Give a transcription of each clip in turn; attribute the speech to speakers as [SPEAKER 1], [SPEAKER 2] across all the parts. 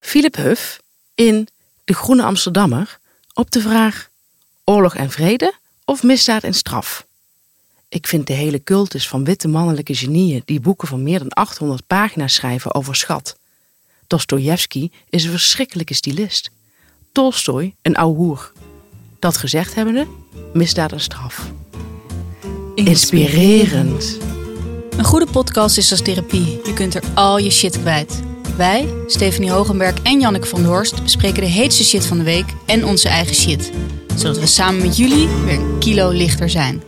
[SPEAKER 1] Philip Huff in De Groene Amsterdammer op de vraag oorlog en vrede of misdaad en straf. Ik vind de hele cultus van witte mannelijke genieën die boeken van meer dan 800 pagina's schrijven overschat. Dostojevski is een verschrikkelijke stylist. Tolstoy een ouwe hoer. Dat gezegd hebbende, misdaad en straf. Inspirerend.
[SPEAKER 2] Een goede podcast is als therapie. Je kunt er al je shit kwijt. Wij, Stephanie Hogenberg en Janneke van der Horst, bespreken de heetste shit van de week en onze eigen shit. Zodat we samen met jullie weer een kilo lichter zijn.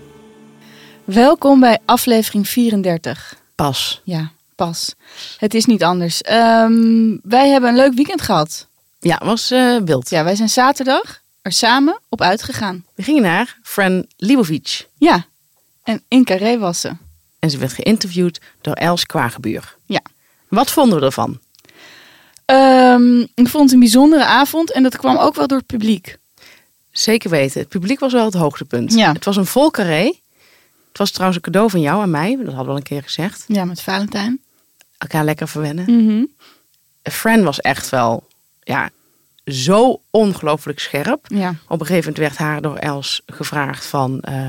[SPEAKER 3] Welkom bij aflevering 34.
[SPEAKER 1] Pas.
[SPEAKER 3] Ja, pas. Het is niet anders. Ehm, wij hebben een leuk weekend gehad.
[SPEAKER 1] Ja, was eh, wild.
[SPEAKER 3] Ja, wij zijn zaterdag er samen op uitgegaan.
[SPEAKER 1] We gingen naar Fran Libovic.
[SPEAKER 3] Ja, en in Carré was ze.
[SPEAKER 1] En ze werd geïnterviewd door Els Kwagebuur.
[SPEAKER 3] Ja.
[SPEAKER 1] Wat vonden we ervan?
[SPEAKER 3] Ehm, ik vond het een bijzondere avond en dat kwam ook wel door het publiek.
[SPEAKER 1] Zeker weten. Het publiek was wel het hoogtepunt.
[SPEAKER 3] Ja.
[SPEAKER 1] Het was een vol carré. Het was trouwens een cadeau van jou en mij. Dat hadden we al een keer gezegd.
[SPEAKER 3] Ja, met Valentijn.
[SPEAKER 1] Elkaar lekker verwennen.
[SPEAKER 3] Mhm.
[SPEAKER 1] Fran was echt wel ja, zo ongelooflijk scherp.
[SPEAKER 3] Ja.
[SPEAKER 1] Op een gegeven moment werd haar door Els gevraagd van... eh,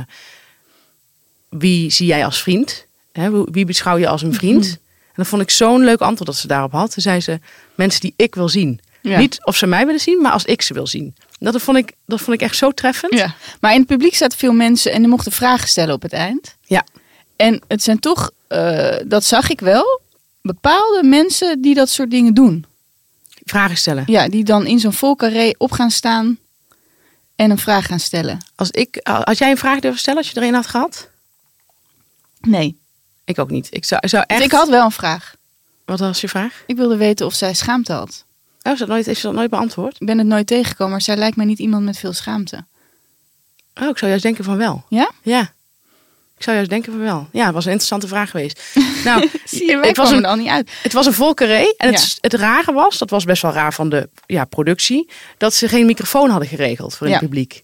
[SPEAKER 1] wie zie jij als vriend? Hè, wie- wie beschouw je als een vriend?
[SPEAKER 3] Mhm.
[SPEAKER 1] En dat vond ik zo'n leuk antwoord dat ze daarop had. Toen zei ze, mensen die ik wil zien.
[SPEAKER 3] Ja.
[SPEAKER 1] Niet of ze mij willen zien, maar als ik ze wil zien. Dat vond ik, dat vond ik echt zo treffend.
[SPEAKER 3] ja. Maar in het publiek zaten veel mensen en die mochten vragen stellen op het eind.
[SPEAKER 1] Ja.
[SPEAKER 3] En het zijn toch, eh, dat zag ik wel, bepaalde mensen die dat soort dingen doen.
[SPEAKER 1] Vragen stellen.
[SPEAKER 3] Ja, die dan in zo'n volcarré op gaan staan en een vraag gaan stellen.
[SPEAKER 1] Als ik, had jij een vraag durven stellen als je er een had gehad?
[SPEAKER 3] Nee.
[SPEAKER 1] Ik ook niet. Ik zou, zou echt...
[SPEAKER 3] Ik had wel een vraag.
[SPEAKER 1] Wat was je vraag?
[SPEAKER 3] Ik wilde weten of zij schaamte had.
[SPEAKER 1] Oh, is dat nooit, is dat nooit beantwoord?
[SPEAKER 3] Ik ben het nooit tegengekomen, maar zij lijkt mij niet iemand met veel schaamte.
[SPEAKER 1] Oh, ik zou juist denken van wel.
[SPEAKER 3] Ja?
[SPEAKER 1] Ja. Ik zou juist denken van wel. Ja, het was een interessante vraag geweest. Nou,
[SPEAKER 3] ik
[SPEAKER 1] het, was
[SPEAKER 3] kwam
[SPEAKER 1] een,
[SPEAKER 3] er al niet uit.
[SPEAKER 1] het was een vol carré. En het,
[SPEAKER 3] Ja.
[SPEAKER 1] het rare was, dat was best wel raar van de ja, productie, dat ze geen microfoon hadden geregeld voor
[SPEAKER 3] Ja.
[SPEAKER 1] het publiek.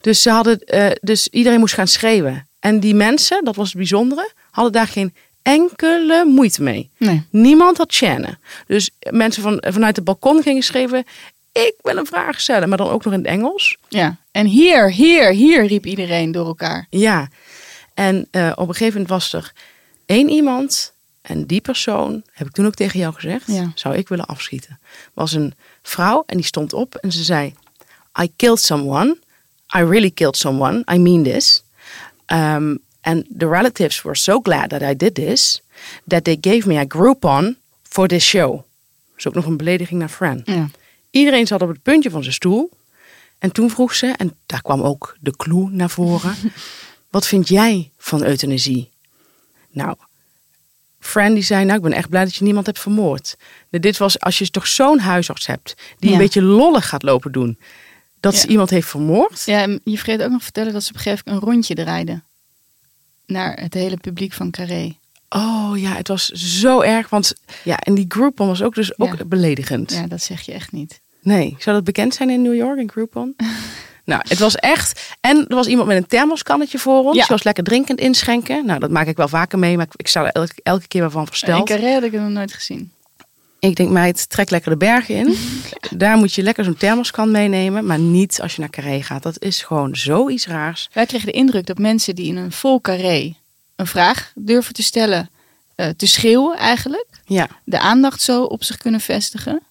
[SPEAKER 1] Dus, ze hadden, eh, dus iedereen moest gaan schreeuwen. En die mensen, dat was het bijzondere, hadden daar geen enkele moeite mee.
[SPEAKER 3] Nee.
[SPEAKER 1] Niemand had chaîne. Dus mensen van, vanuit het balkon gingen schreeuwen, ik wil een vraag stellen. Maar dan ook nog in het Engels.
[SPEAKER 3] Ja. En hier, hier, hier riep iedereen door elkaar.
[SPEAKER 1] Ja, en eh, op een gegeven moment was er één iemand. En die persoon, heb ik toen ook tegen jou gezegd,
[SPEAKER 3] Ja.
[SPEAKER 1] zou ik willen afschieten. Was een vrouw en die stond op en ze zei: I killed someone. I really killed someone. I mean this. Um, and the relatives were so glad that I did this, that they gave me a Groupon for this show. Dat is ook nog een belediging naar Fran.
[SPEAKER 3] Ja.
[SPEAKER 1] Iedereen zat op het puntje van zijn stoel. En toen vroeg ze, en daar kwam ook de clue naar voren. Wat vind jij van euthanasie? Nou, Fran die zei, nou ik ben echt blij dat je niemand hebt vermoord. Nou, Dit was als je toch zo'n huisarts hebt. Die een
[SPEAKER 3] Ja.
[SPEAKER 1] beetje lollig gaat lopen doen. Dat ze
[SPEAKER 3] Ja.
[SPEAKER 1] iemand heeft vermoord.
[SPEAKER 3] ja en je vergeet ook nog vertellen dat ze op een gegeven moment een rondje draaiden. Naar het hele publiek van Carré.
[SPEAKER 1] Oh ja, het was zo erg. Want ja, en die Groupon was ook dus ook
[SPEAKER 3] Ja.
[SPEAKER 1] beledigend.
[SPEAKER 3] Ja, dat zeg je echt niet.
[SPEAKER 1] Nee, zou dat bekend zijn in New York, een Groupon? nou, het was echt... En er was iemand met een thermoskannetje voor ons.
[SPEAKER 3] Ja.
[SPEAKER 1] Die was lekker drinkend inschenken. Nou, dat maak ik wel vaker mee, maar ik, ik sta er elke, elke keer wel van
[SPEAKER 3] In
[SPEAKER 1] versteld.
[SPEAKER 3] Carré had ik eh, het nog nooit gezien.
[SPEAKER 1] Ik denk, meid, trek lekker de bergen in. Daar moet je lekker zo'n thermoskan meenemen. Maar niet als je naar Carré gaat. Dat is gewoon zoiets raars.
[SPEAKER 3] Wij kregen de indruk dat mensen die in een vol carré een vraag durven te stellen, eh, te schreeuwen eigenlijk,
[SPEAKER 1] Ja,
[SPEAKER 3] de aandacht zo op zich kunnen vestigen,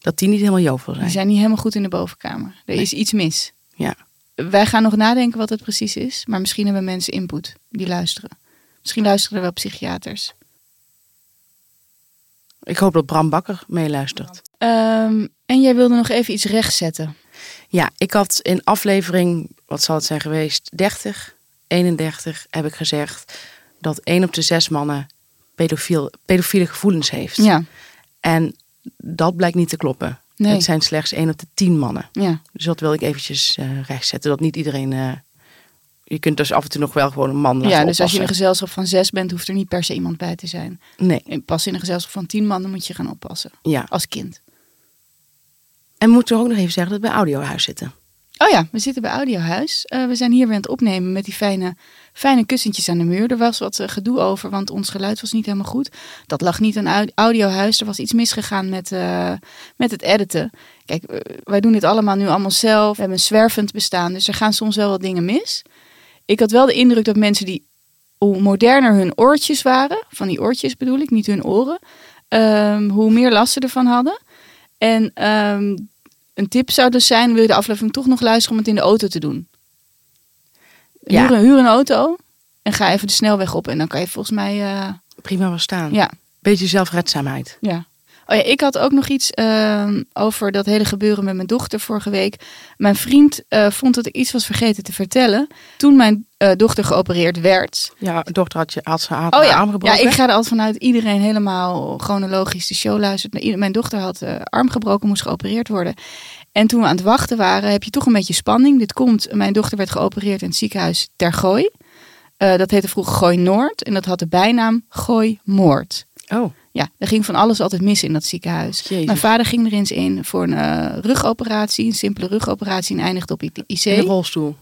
[SPEAKER 1] dat die niet helemaal jovel
[SPEAKER 3] die
[SPEAKER 1] zijn.
[SPEAKER 3] zijn niet helemaal goed in de bovenkamer. Er is iets mis.
[SPEAKER 1] Ja.
[SPEAKER 3] Wij gaan nog nadenken wat het precies is, maar misschien hebben mensen input die luisteren. Misschien luisteren er wel psychiaters.
[SPEAKER 1] Ik hoop dat Bram Bakker meeluistert.
[SPEAKER 3] Ehm, en jij wilde nog even iets rechtzetten.
[SPEAKER 1] Ja, ik had in aflevering, wat zal het zijn geweest, 30, 31 heb ik gezegd dat één op de zes mannen pedofiel, pedofiele gevoelens heeft.
[SPEAKER 3] Ja,
[SPEAKER 1] En dat blijkt niet te kloppen.
[SPEAKER 3] Nee.
[SPEAKER 1] Het zijn slechts één op de tien mannen.
[SPEAKER 3] ja,
[SPEAKER 1] Dus dat wil ik eventjes eh, rechtzetten. Dat niet iedereen. eh, je kunt dus af en toe nog wel gewoon een man laten
[SPEAKER 3] ja. Dus als je in een
[SPEAKER 1] oppassen.
[SPEAKER 3] gezelschap van zes bent, hoeft er niet per se iemand bij te zijn.
[SPEAKER 1] Nee,
[SPEAKER 3] En Pas in een gezelschap van tien mannen moet je gaan oppassen
[SPEAKER 1] ja.
[SPEAKER 3] als kind.
[SPEAKER 1] En moeten we ook nog even zeggen dat we bij Audiohuis zitten.
[SPEAKER 3] Oh ja, we zitten bij Audiohuis. Eh, we zijn hier weer aan het opnemen met die fijne, fijne kussentjes aan de muur. Er was wat eh, gedoe over, want ons geluid was niet helemaal goed. Dat lag niet aan au- Audiohuis. Er was iets misgegaan met, eh, met het editen. Kijk, eh, wij doen dit allemaal nu allemaal zelf. We hebben een zwervend bestaan, dus er gaan soms wel wat dingen mis. Ik had wel de indruk dat mensen die hoe moderner hun oortjes waren, van die oortjes bedoel ik, niet hun oren, ehm, hoe meer last ze ervan hadden. En ehm, een tip zou dus zijn, wil je de aflevering toch nog luisteren om het in de auto te doen?
[SPEAKER 1] Ja.
[SPEAKER 3] Huur, een- huur een auto en ga even de snelweg op en dan kan je volgens mij... eh,
[SPEAKER 1] Prima wel staan.
[SPEAKER 3] ja,
[SPEAKER 1] Beetje zelfredzaamheid.
[SPEAKER 3] ja. Oh ja, ik had ook nog iets ehm, over dat hele gebeuren met mijn dochter vorige week. Mijn vriend eh, vond dat ik iets was vergeten te vertellen. Toen mijn eh, dochter geopereerd werd,
[SPEAKER 1] Ja, dochter had, je, had ze haar
[SPEAKER 3] Oh ja.
[SPEAKER 1] arm gebroken.
[SPEAKER 3] Ja, ik ga er altijd vanuit iedereen helemaal chronologisch de show luistert. Ieder- Mijn dochter had eh, arm gebroken, moest geopereerd worden. En toen we aan het wachten waren, heb je toch een beetje spanning. Dit komt, mijn dochter werd geopereerd in het ziekenhuis Tergooi. Eh, dat heette vroeger Gooi Noord en dat had de bijnaam Gooi Moord.
[SPEAKER 1] Oh,
[SPEAKER 3] Ja, er ging van alles altijd mis in dat ziekenhuis.
[SPEAKER 1] Jezus.
[SPEAKER 3] Mijn vader ging er eens in voor een eh, rugoperatie, een simpele rugoperatie en eindigde op IC.
[SPEAKER 1] in de rolstoel.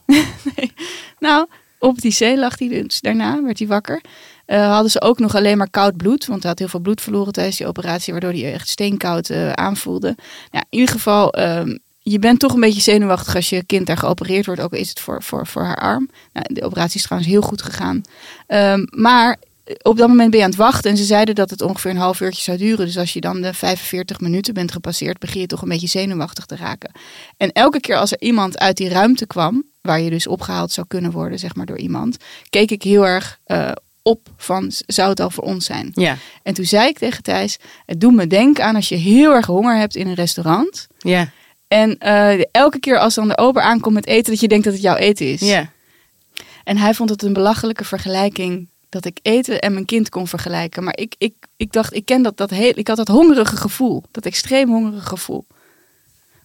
[SPEAKER 3] Nou, op het IC lag hij dus. Daarna werd hij wakker. Eh, hadden ze ook nog alleen maar koud bloed. Want hij had heel veel bloed verloren tijdens die operatie. Waardoor hij echt steenkoud eh, aanvoelde. Nou, in ieder geval, ehm, je bent toch een beetje zenuwachtig als je kind daar geopereerd wordt. Ook al is het voor, voor, voor haar arm. Nou, de operatie is trouwens heel goed gegaan. Ehm, maar op dat moment ben je aan het wachten. En ze zeiden dat het ongeveer een half uurtje zou duren. Dus als je dan de 45 minuten bent gepasseerd, begin je toch een beetje zenuwachtig te raken. En elke keer als er iemand uit die ruimte kwam, waar je dus opgehaald zou kunnen worden, zeg maar door iemand, keek ik heel erg eh, op van z- zou het al voor ons zijn.
[SPEAKER 1] Ja.
[SPEAKER 3] En toen zei ik tegen Thijs, het doet me denken aan als je heel erg honger hebt in een restaurant.
[SPEAKER 1] Ja.
[SPEAKER 3] En eh, elke keer als dan de ober aankomt met eten, dat je denkt dat het jouw eten is.
[SPEAKER 1] Ja.
[SPEAKER 3] En hij vond het een belachelijke vergelijking dat ik eten en mijn kind kon vergelijken. Maar ik, ik, ik dacht, ik ken dat, dat heel, ik had dat hongerige gevoel, dat extreem hongerige gevoel.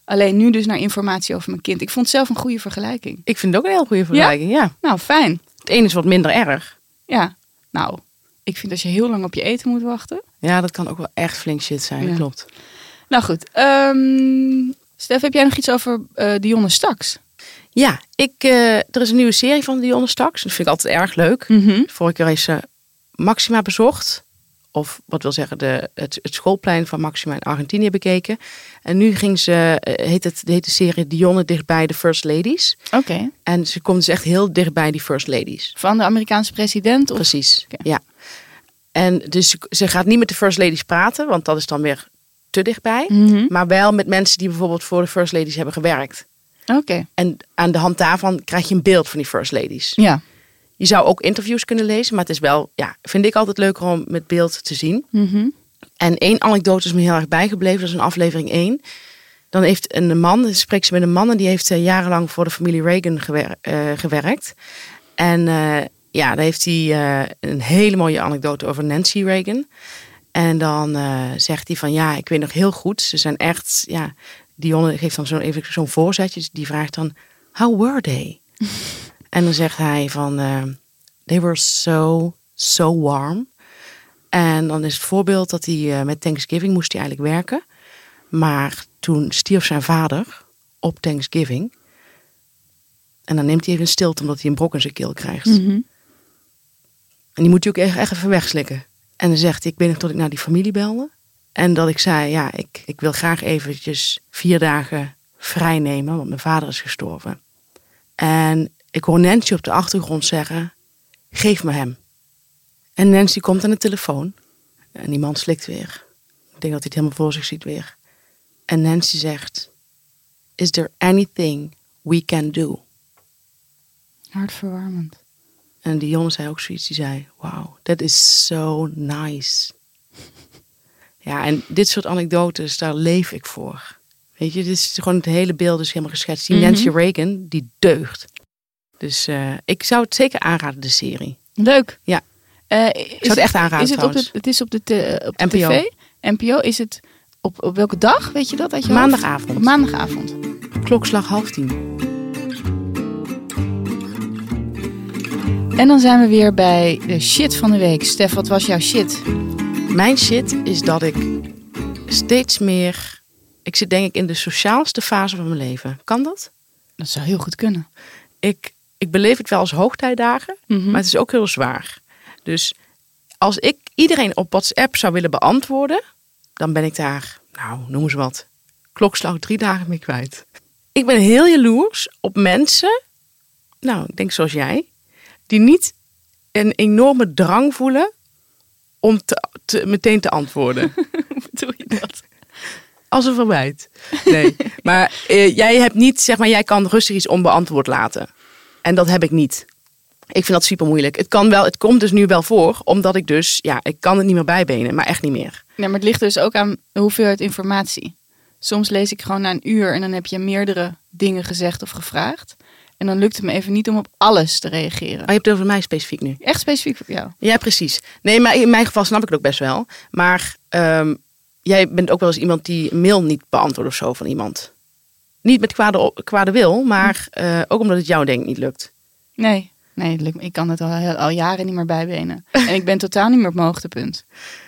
[SPEAKER 3] Alleen nu dus naar informatie over mijn kind. Ik vond het zelf een goede vergelijking.
[SPEAKER 1] Ik vind het ook een heel goede vergelijking. Ja.
[SPEAKER 3] Nou, fijn.
[SPEAKER 1] Het een is wat minder erg.
[SPEAKER 3] Ja, nou, ik vind als je heel lang op je eten moet wachten.
[SPEAKER 1] Ja, dat kan ook wel echt flink shit zijn.
[SPEAKER 3] Ja.
[SPEAKER 1] Klopt.
[SPEAKER 3] Nou goed, ehm, Stef, heb jij nog iets over eh Dionne Staks?
[SPEAKER 1] Ja, ik, eh, er is een nieuwe serie van Dionne Staks. Dat vind ik altijd erg leuk.
[SPEAKER 3] Mhm.
[SPEAKER 1] Vorige keer is ze Maxima bezocht. Of wat wil zeggen, de, het, het schoolplein van Maxima in Argentinië bekeken. En nu ging ze, eh, heet, het, heet de serie Dionne dichtbij de First Ladies.
[SPEAKER 3] Oké.
[SPEAKER 1] En ze komt dus echt heel dichtbij die First Ladies.
[SPEAKER 3] Van de Amerikaanse president? Of...
[SPEAKER 1] Precies,
[SPEAKER 3] Oké.
[SPEAKER 1] ja. En dus ze- ze gaat niet met de First Ladies praten, want dat is dan weer te dichtbij.
[SPEAKER 3] Mhm.
[SPEAKER 1] Maar wel met mensen die bijvoorbeeld voor de First Ladies hebben gewerkt.
[SPEAKER 3] Oké,
[SPEAKER 1] En aan de hand daarvan krijg je een beeld van die First Ladies.
[SPEAKER 3] ja.
[SPEAKER 1] Je zou ook interviews kunnen lezen, maar het is wel, ja, vind ik altijd leuker om met beeld te zien.
[SPEAKER 3] Mhm.
[SPEAKER 1] En één anekdote is me heel erg bijgebleven, dat is in aflevering 1. Dan heeft een man, dan spreekt ze met een man en die heeft eh, jarenlang voor de familie Reagan gewer- eh, gewerkt. En eh, ja, daar heeft hij eh, een hele mooie anekdote over Nancy Reagan. En dan eh, zegt hij van ja, ik weet nog heel goed, ze zijn echt, ja, Dionne geeft dan zo even zo'n voorzetje, dus die vraagt dan, how were they? en dan zegt hij van, eh, they were so, so warm. En dan is het voorbeeld dat hij eh, met Thanksgiving moest hij eigenlijk werken. Maar toen stierf zijn vader op Thanksgiving. En dan neemt hij even een stilte omdat hij een brok in zijn keel krijgt.
[SPEAKER 3] Mhm.
[SPEAKER 1] En die moet hij ook echt, echt even wegslikken. En dan zegt hij, ik weet nog dat ik naar die familie belde. En dat ik zei, ja, ik, ik wil graag eventjes vier dagen vrij nemen, want mijn vader is gestorven. En ik hoor Nancy op de achtergrond zeggen, geef me hem. En Nancy komt aan de telefoon. En die man slikt weer. Ik denk dat hij het helemaal voor zich ziet weer. En Nancy zegt, is there anything we can do?
[SPEAKER 3] Hartverwarmend.
[SPEAKER 1] En die jongen zei ook zoiets. Die zei, wauw, that is so nice. ja, en dit soort anekdotes, daar leef ik voor. Weet je, dit is gewoon het hele beeld is helemaal geschetst. Die
[SPEAKER 3] Mhm.
[SPEAKER 1] Nancy Reagan, die deugt. Dus eh, ik zou het zeker aanraden, de serie.
[SPEAKER 3] Leuk.
[SPEAKER 1] Ja.
[SPEAKER 3] Eh,
[SPEAKER 1] Ik zou het echt aanraden
[SPEAKER 3] is het, op de,
[SPEAKER 1] trouwens.
[SPEAKER 3] het is op de, te- op de
[SPEAKER 1] NPO.
[SPEAKER 3] tv? NPO. Is het op, op welke dag? Weet je dat? Uit je hoofd?
[SPEAKER 1] Maandagavond.
[SPEAKER 3] Op maandagavond.
[SPEAKER 1] Klokslag half tien.
[SPEAKER 3] En dan zijn we weer bij de shit van de week. Stef, wat was jouw shit?
[SPEAKER 1] Mijn shit is dat ik steeds meer... Ik zit denk ik in de sociaalste fase van mijn leven. Kan dat?
[SPEAKER 3] Dat zou heel goed kunnen.
[SPEAKER 1] Ik, ik beleef het wel als hoogtijdagen, maar het is ook heel zwaar. Dus als ik iedereen op WhatsApp zou willen beantwoorden, dan ben ik daar, nou, noem eens wat, klokslag drie dagen mee kwijt. Ik ben heel jaloers op mensen, nou, ik denk zoals jij, die niet een enorme drang voelen om te, te- meteen te antwoorden.
[SPEAKER 3] Hoe bedoel je dat?
[SPEAKER 1] Als een verwijt. Nee, maar eh, jij hebt niet, zeg maar, jij kan rustig iets onbeantwoord laten. En dat heb ik niet. Ik vind dat super moeilijk. Het kan wel, het komt dus nu wel voor, omdat ik dus, ja, ik kan het niet meer bijbenen, maar echt niet meer. Oh,
[SPEAKER 3] Nee, maar het ligt dus ook aan de hoeveelheid informatie. Soms lees ik gewoon na een uur en dan heb je meerdere dingen gezegd of gevraagd. En dan lukt het me even niet om op alles te reageren.
[SPEAKER 1] Maar je hebt het over mij specifiek nu.
[SPEAKER 3] Echt specifiek voor jou.
[SPEAKER 1] Ja, precies. Nee, maar in mijn geval snap ik het ook best wel. Maar ehm, jij bent ook wel eens iemand die een mail niet beantwoordt of zo van iemand. Niet met kwade, op- kwade wil, maar eh, ook omdat het jou denk ik niet lukt.
[SPEAKER 3] Nee, nee het lukt me- ik kan het al, heel- al jaren niet meer bijbenen. En ik ben totaal niet meer op mijn hoogtepunt.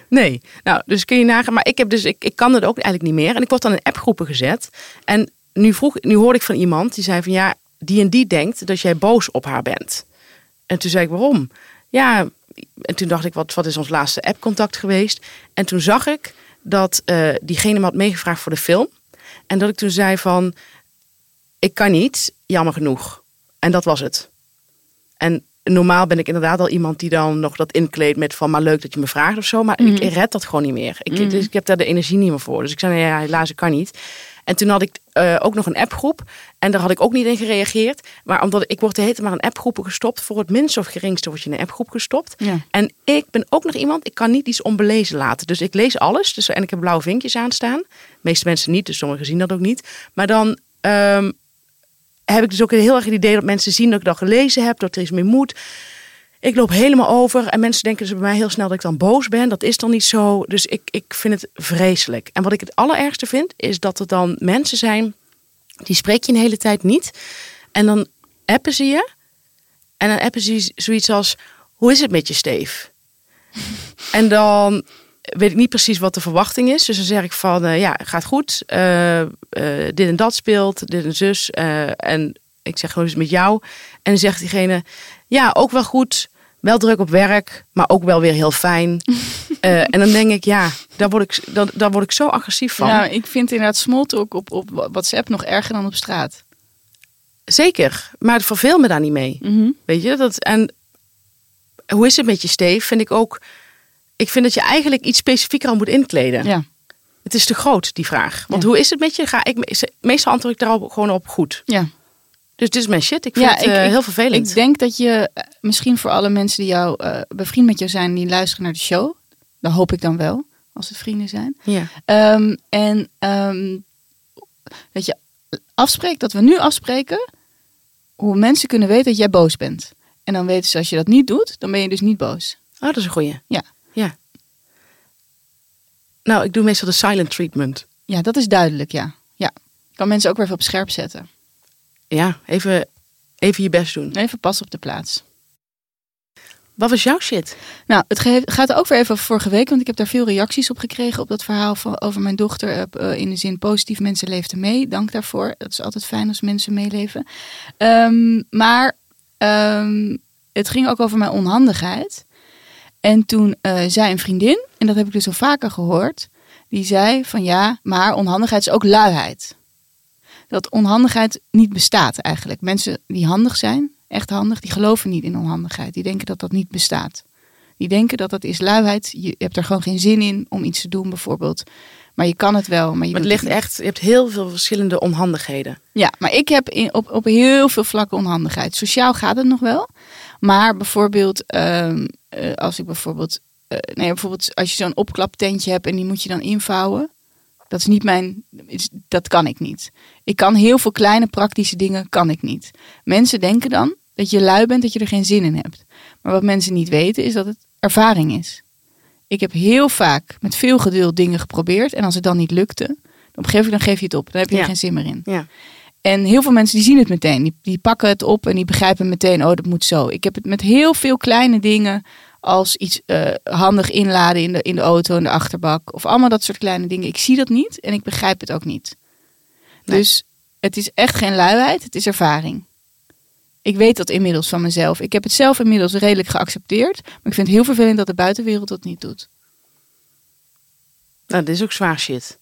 [SPEAKER 1] Nee, nou, dus kun je nagaan. Maar ik, heb dus, ik, ik kan het ook eigenlijk niet meer. En ik word dan in appgroepen gezet. En nu, vroeg, nu hoorde ik van iemand die zei van ja, die en die denkt dat jij boos op haar bent. En toen zei ik waarom? Ja, en toen dacht ik wat, wat is ons laatste appcontact geweest? En toen zag ik dat eh, diegene me had meegevraagd voor de film. En dat ik toen zei van ik kan niet, jammer genoeg. En dat was het. En normaal ben ik inderdaad al iemand die dan nog dat inkleedt met van maar leuk dat je me vraagt of zo. Maar ik red dat gewoon niet meer. Ik, dus ik heb daar de energie niet meer voor. Dus ik zei nou ja, helaas ik kan niet. En toen had ik eh, ook nog een appgroep. En daar had ik ook niet in gereageerd. Maar omdat ik word de hele tijd maar in appgroepen gestopt. Voor het minste of geringste word je in een appgroep gestopt.
[SPEAKER 3] Ja.
[SPEAKER 1] En ik ben ook nog iemand, ik kan niet iets onbelezen laten. Dus ik lees alles. Dus, en ik heb blauwe vinkjes aanstaan. De meeste mensen niet, dus sommigen zien dat ook niet. Maar dan ehm, heb ik dus ook heel erg het idee dat mensen zien dat ik dat gelezen heb, dat er iets mee moet. Ik loop helemaal over en mensen denken dus bij mij heel snel dat ik dan boos ben. Dat is dan niet zo. Dus ik, ik vind het vreselijk. En wat ik het allerergste vind, is dat er dan mensen zijn, die spreek je een hele tijd niet. En dan appen ze je. En dan appen ze zoiets als, hoe is het met je, Steef? En dan weet ik niet precies wat de verwachting is. Dus dan zeg ik van, eh, ja, gaat goed. Eh, eh, dit en dat speelt, dit en zus. eh, en ik zeg gewoon eens met jou. En dan zegt diegene, ja, ook wel goed. Wel druk op werk, maar ook wel weer heel fijn. Eh, en dan denk ik, ja, daar word ik, daar, daar word ik zo agressief van.
[SPEAKER 3] Nou, ik vind inderdaad smalltalk op, op WhatsApp nog erger dan op straat.
[SPEAKER 1] Zeker, maar het verveelt me daar niet mee. Weet je, dat, en hoe is het met je, Steve? Vind ik ook, ik vind dat je eigenlijk iets specifieker al moet inkleden.
[SPEAKER 3] Ja.
[SPEAKER 1] Het is te groot, die vraag. Want
[SPEAKER 3] Ja.
[SPEAKER 1] hoe is het met je? Ga ik, me- meestal antwoord ik daar al gewoon op goed.
[SPEAKER 3] ja.
[SPEAKER 1] Dus dit is mijn shit. Ik vind het eh, heel vervelend.
[SPEAKER 3] Ik denk dat je eh, misschien voor alle mensen die jou eh, bevriend met jou zijn, die luisteren naar de show. Dat hoop ik dan wel, als het vrienden zijn.
[SPEAKER 1] ja.
[SPEAKER 3] Ehm, en ehm, dat je afspreekt, dat we nu afspreken hoe mensen kunnen weten dat jij boos bent. En dan weten ze, als je dat niet doet, dan ben je dus niet boos.
[SPEAKER 1] Oh, dat is een goeie.
[SPEAKER 3] Ja,
[SPEAKER 1] Ja. Nou, ik doe meestal de silent treatment.
[SPEAKER 3] ja dat is duidelijk, ja. ja. Kan mensen ook weer even op scherp zetten.
[SPEAKER 1] Ja, even, even je best doen.
[SPEAKER 3] Even pas op de plaats.
[SPEAKER 1] Wat was jouw shit?
[SPEAKER 3] Nou, het ge- gaat ook weer even over vorige week, want ik heb daar veel reacties op gekregen op dat verhaal van, over mijn dochter. eh, eh, in de zin positief, mensen leefden mee. Dank daarvoor. Dat is altijd fijn als mensen meeleven. Ehm, maar ehm, het ging ook over mijn onhandigheid. En toen eh, zei een vriendin, en dat heb ik dus al vaker gehoord, die zei van ja, maar onhandigheid is ook luiheid. Dat onhandigheid niet bestaat eigenlijk. Mensen die handig zijn, echt handig, die geloven niet in onhandigheid. Die denken dat dat niet bestaat. Die denken dat dat is luiheid. Je hebt er gewoon geen zin in om iets te doen, bijvoorbeeld. Maar je kan het wel. Maar je
[SPEAKER 1] Maar het
[SPEAKER 3] doet
[SPEAKER 1] ligt
[SPEAKER 3] niet.
[SPEAKER 1] echt, je hebt heel veel verschillende onhandigheden.
[SPEAKER 3] Ja, maar ik heb in, op, op heel veel vlakken onhandigheid. Sociaal gaat het nog wel. Maar bijvoorbeeld, ehm, eh, als ik bijvoorbeeld. eh, nee, bijvoorbeeld als je zo'n opklaptentje hebt en die moet je dan invouwen. Dat is niet mijn. is- Dat kan ik niet. Ik kan heel veel kleine praktische dingen kan ik niet. Mensen denken dan dat je lui bent, dat je er geen zin in hebt. Maar wat mensen niet weten is dat het ervaring is. Ik heb heel vaak met veel geduld dingen geprobeerd. En als het dan niet lukte, dan op een gegeven moment geef je het op. Dan heb je er
[SPEAKER 1] Ja.
[SPEAKER 3] geen zin meer in.
[SPEAKER 1] Ja.
[SPEAKER 3] En heel veel mensen die zien het meteen. Die, die pakken het op en die begrijpen meteen, oh dat moet zo. Ik heb het met heel veel kleine dingen als iets eh, handig inladen in de, in de auto, in de achterbak. Of allemaal dat soort kleine dingen. Ik zie dat niet en ik begrijp het ook niet.
[SPEAKER 1] Nee.
[SPEAKER 3] Dus het is echt geen luiheid, het is ervaring. Ik weet dat inmiddels van mezelf. Ik heb het zelf inmiddels redelijk geaccepteerd. Maar ik vind het heel vervelend dat de buitenwereld dat niet doet.
[SPEAKER 1] Nou, dat is ook zwaar shit.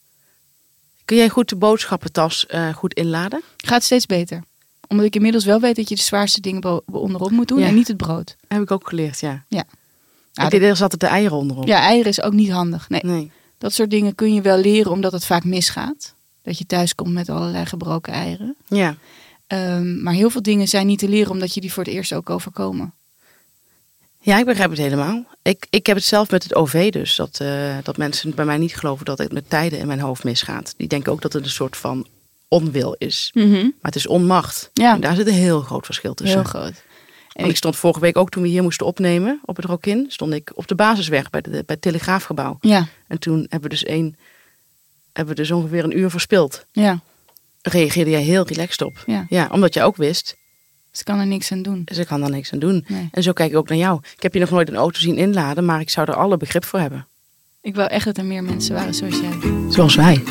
[SPEAKER 1] Kun jij goed de boodschappentas eh, goed inladen?
[SPEAKER 3] Gaat steeds beter. Omdat ik inmiddels wel weet dat je de zwaarste dingen bo- onderop moet doen
[SPEAKER 1] Ja.
[SPEAKER 3] en niet het brood.
[SPEAKER 1] Heb ik ook geleerd, ja.
[SPEAKER 3] Ja.
[SPEAKER 1] Ja,
[SPEAKER 3] Ja,
[SPEAKER 1] ik deed er altijd de eieren onderop.
[SPEAKER 3] Ja, eieren is ook niet handig. Nee,
[SPEAKER 1] Nee.
[SPEAKER 3] dat soort dingen kun je wel leren omdat het vaak misgaat. Dat je thuis komt met allerlei gebroken eieren.
[SPEAKER 1] Ja.
[SPEAKER 3] Ehm, maar heel veel dingen zijn niet te leren omdat je die voor het eerst ook overkomen.
[SPEAKER 1] ja, ik begrijp het helemaal. Ik, ik heb het zelf met het OV dus. Dat, eh, dat mensen bij mij niet geloven dat het met tijden in mijn hoofd misgaat. Die denken ook dat het een soort van onwil is. Maar het is onmacht.
[SPEAKER 3] Ja.
[SPEAKER 1] En daar zit een heel groot verschil tussen.
[SPEAKER 3] Mhm. Heel groot.
[SPEAKER 1] En ik stond vorige week ook toen we hier moesten opnemen op het Rokin, stond ik op de basisweg bij, de, bij het Telegraafgebouw.
[SPEAKER 3] Ja,
[SPEAKER 1] En toen hebben we dus één, hebben we dus ongeveer een uur verspild.
[SPEAKER 3] ja.
[SPEAKER 1] Reageerde jij heel relaxed op.
[SPEAKER 3] Ja.
[SPEAKER 1] omdat jij ook wist,
[SPEAKER 3] Ze kan er niks aan doen.
[SPEAKER 1] ze kan daar niks aan doen.
[SPEAKER 3] Nee.
[SPEAKER 1] En zo kijk ik ook naar jou. Ik heb je nog nooit een auto zien inladen, maar ik zou er alle begrip voor hebben.
[SPEAKER 3] Ik wou echt dat er meer mensen waren zoals jij.
[SPEAKER 1] Zoals wij.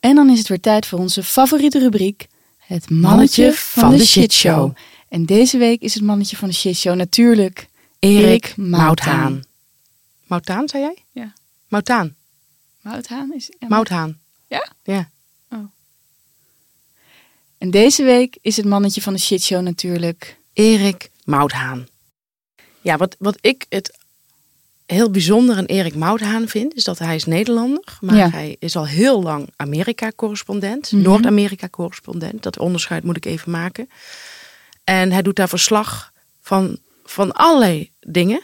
[SPEAKER 3] En dan is het weer tijd voor onze favoriete rubriek: Het mannetje van de shit show. En deze week is het mannetje van de shit show natuurlijk Erik Mouthaan.
[SPEAKER 1] Mouthaan, zei jij?
[SPEAKER 3] Ja.
[SPEAKER 1] Mouthaan.
[SPEAKER 3] Mouthaan is
[SPEAKER 1] Mouthaan.
[SPEAKER 3] Ja?
[SPEAKER 1] Ja.
[SPEAKER 3] En deze week is het mannetje van de shit show natuurlijk.
[SPEAKER 1] Erik Mouthaan. Ja, wat, wat ik het heel bijzonder aan Erik Mouthaan vind, is dat hij is Nederlander, maar
[SPEAKER 3] Ja.
[SPEAKER 1] hij is al heel lang Amerika-correspondent,
[SPEAKER 3] Mhm.
[SPEAKER 1] Noord-Amerika-correspondent. Dat onderscheid moet ik even maken. En hij doet daar verslag van, van allerlei dingen.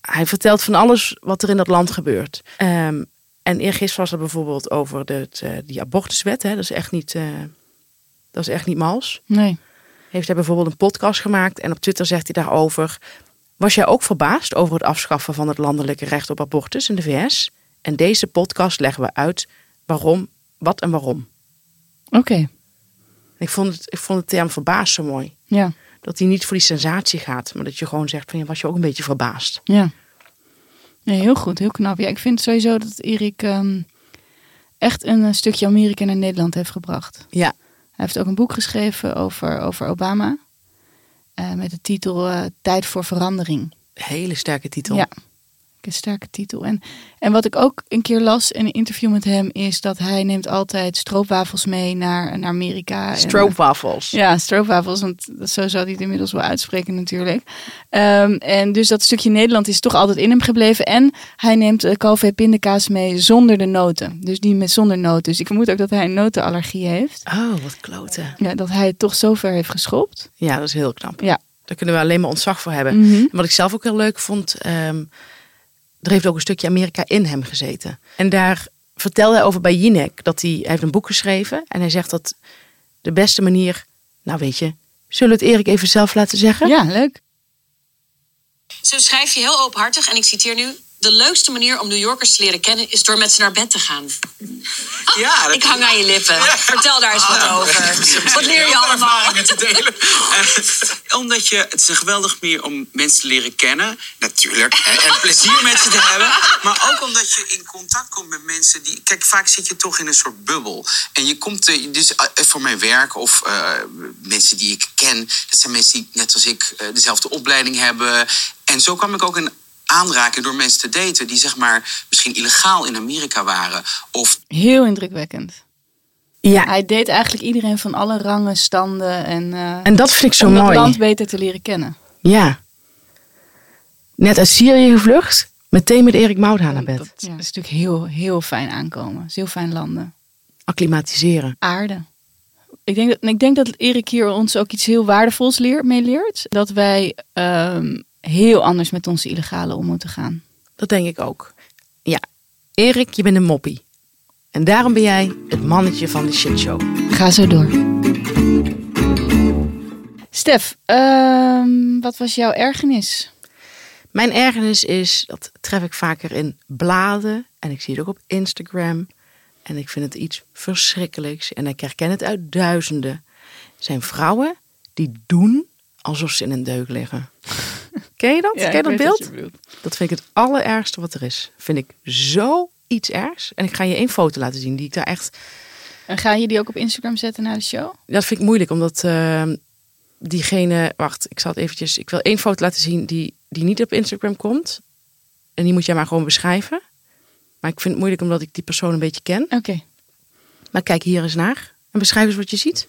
[SPEAKER 1] Hij vertelt van alles wat er in dat land gebeurt. Ehm, en eergisteren was er bijvoorbeeld over de, het, eh, die abortuswet. Hè. Dat, is echt niet, eh, dat is echt niet mals
[SPEAKER 3] Nee.
[SPEAKER 1] heeft hij bijvoorbeeld een podcast gemaakt en op Twitter zegt hij daarover. Was jij ook verbaasd over het afschaffen van het landelijke recht op abortus in de VS? En deze podcast leggen we uit waarom, wat en waarom.
[SPEAKER 3] Oké.
[SPEAKER 1] Ik vond, het, ik vond de term verbaasd zo mooi.
[SPEAKER 3] Ja.
[SPEAKER 1] Dat hij niet voor die sensatie gaat, maar dat je gewoon zegt van ja, was je ook een beetje verbaasd.
[SPEAKER 3] Ja. Nee, heel goed, heel knap. Ja, ik vind sowieso dat Erik ehm, echt een eh, stukje Amerika naar Nederland heeft gebracht.
[SPEAKER 1] Ja.
[SPEAKER 3] Hij heeft ook een boek geschreven over, over Obama. eh, met de titel eh, Tijd voor Verandering.
[SPEAKER 1] Hele sterke titel.
[SPEAKER 3] Ja, een sterke titel. En, en wat ik ook een keer las in een interview met hem is dat hij neemt altijd stroopwafels mee naar, naar Amerika. En,
[SPEAKER 1] Stroopwafels.
[SPEAKER 3] ja, stroopwafels, want zo zou hij het inmiddels wel uitspreken natuurlijk. Ehm, en dus dat stukje Nederland is toch altijd in hem gebleven. En hij neemt eh, kalfvee pindakaas mee zonder de noten. Dus die met zonder noten. Dus ik vermoed ook dat hij een notenallergie heeft.
[SPEAKER 1] Oh, wat kloten.
[SPEAKER 3] Ja, dat hij het toch zo ver heeft geschopt.
[SPEAKER 1] Ja, dat is heel knap.
[SPEAKER 3] Ja.
[SPEAKER 1] Daar kunnen we alleen maar ontzag voor hebben.
[SPEAKER 3] Mhm.
[SPEAKER 1] En Wat ik zelf ook heel leuk vond, ehm, er heeft ook een stukje Amerika in hem gezeten. En daar vertelde hij over bij Jinek, dat hij, hij heeft een boek geschreven. En hij zegt dat de beste manier, nou weet je, zullen we het Erik even zelf laten zeggen?
[SPEAKER 3] Ja, leuk.
[SPEAKER 4] Zo schrijf je heel openhartig, en ik citeer nu... De leukste manier om New Yorkers te leren kennen is door met ze naar bed te gaan. Ah,
[SPEAKER 5] Ja, dat-
[SPEAKER 4] Ik hang aan je lippen. Vertel daar eens wat over. Wat leer je
[SPEAKER 5] Heel veel
[SPEAKER 4] allemaal?
[SPEAKER 5] ervaringen te delen. Eh, omdat je, het is een geweldig meer om mensen te leren kennen, natuurlijk, en, en plezier met ze te hebben. Maar ook omdat je in contact komt met mensen die, kijk, vaak zit je toch in een soort bubbel. En je komt, eh, dus eh, voor mijn werk of eh, mensen die ik ken, dat zijn mensen die net als ik eh, dezelfde opleiding hebben. En zo kwam ik ook in aanraking door mensen te daten die zeg maar misschien illegaal in Amerika waren of
[SPEAKER 3] Heel indrukwekkend.
[SPEAKER 1] Ja,
[SPEAKER 3] Hij deed eigenlijk iedereen van alle rangen, standen en... eh,
[SPEAKER 1] en dat vind ik zo
[SPEAKER 3] om dat
[SPEAKER 1] mooi.
[SPEAKER 3] land beter te leren kennen.
[SPEAKER 1] Ja. Net uit Syrië gevlucht, meteen met Erik Mouthaan naar
[SPEAKER 3] Dat
[SPEAKER 1] bed.
[SPEAKER 3] is natuurlijk heel, heel fijn aankomen. Het is heel fijn landen.
[SPEAKER 1] Acclimatiseren.
[SPEAKER 3] Aarde. Ik denk, dat, en ik denk dat Erik hier ons ook iets heel waardevols leert, mee leert. Dat wij ehm, heel anders met onze illegale om moeten gaan.
[SPEAKER 1] Dat denk ik ook. Ja, Erik, je bent een moppie. En daarom ben jij het mannetje van de shitshow.
[SPEAKER 3] Ga zo door. Stef, ehm, wat was jouw ergernis?
[SPEAKER 1] Mijn ergernis is, dat tref ik vaker in bladen en ik zie het ook op Instagram. En ik vind het iets verschrikkelijks en ik herken het uit duizenden. Zijn vrouwen die doen alsof ze in een deuk liggen. Ken je dat? Ken je dat beeld? Dat vind ik het allerergste wat er is. Vind ik zo iets ergs. En ik ga je één foto laten zien die ik daar echt...
[SPEAKER 3] En ga je die ook op Instagram zetten na de show?
[SPEAKER 1] Dat vind ik moeilijk, omdat eh, diegene... Wacht, ik zal het eventjes... Ik wil één foto laten zien die, die niet op Instagram komt. En die moet jij maar gewoon beschrijven. Maar ik vind het moeilijk omdat ik die persoon een beetje ken.
[SPEAKER 3] Oké.
[SPEAKER 1] Maar kijk hier eens naar. En beschrijf eens wat je ziet.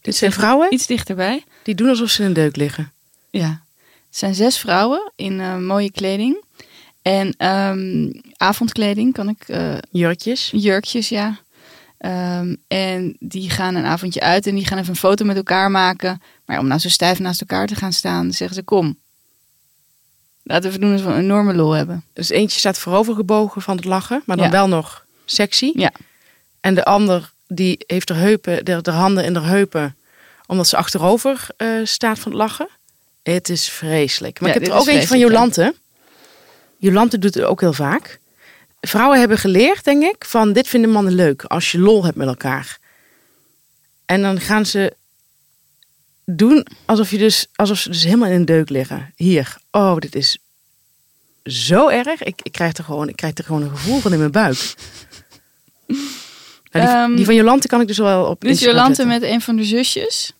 [SPEAKER 1] Dit zijn vrouwen
[SPEAKER 3] Iets dichterbij.
[SPEAKER 1] die doen alsof ze in een deuk liggen.
[SPEAKER 3] Ja. Het zijn zes vrouwen in eh, mooie kleding. En ehm, avondkleding kan ik eh,
[SPEAKER 1] Jurkjes.
[SPEAKER 3] jurkjes, ja. Ehm, en die gaan een avondje uit en die gaan even een foto met elkaar maken. Maar om nou zo stijf naast elkaar te gaan staan, zeggen ze kom. Laten we doen alsof we een enorme lol hebben.
[SPEAKER 1] Dus eentje staat voorovergebogen van het lachen, maar dan
[SPEAKER 3] Ja.
[SPEAKER 1] wel nog sexy.
[SPEAKER 3] Ja.
[SPEAKER 1] En de ander die heeft de, heupen, de, de handen in de heupen, omdat ze achterover eh, staat van het lachen. Het is vreselijk. Maar
[SPEAKER 3] Ja,
[SPEAKER 1] ik heb
[SPEAKER 3] dit
[SPEAKER 1] er ook
[SPEAKER 3] is
[SPEAKER 1] eentje van
[SPEAKER 3] vreselijk,
[SPEAKER 1] Jolante. Jolante doet het ook heel vaak. Vrouwen hebben geleerd, denk ik, van dit vinden mannen leuk als je lol hebt met elkaar. En dan gaan ze doen alsof, je dus, alsof ze dus helemaal in een deuk liggen. Hier. Oh, dit is zo erg. Ik, ik, krijg er gewoon, ik krijg er gewoon een gevoel van in mijn buik. Nou, die,
[SPEAKER 3] Ehm,
[SPEAKER 1] die van Jolante kan ik dus wel op
[SPEAKER 3] Dit is
[SPEAKER 1] Instagram
[SPEAKER 3] Jolante
[SPEAKER 1] zetten.
[SPEAKER 3] met een van de zusjes.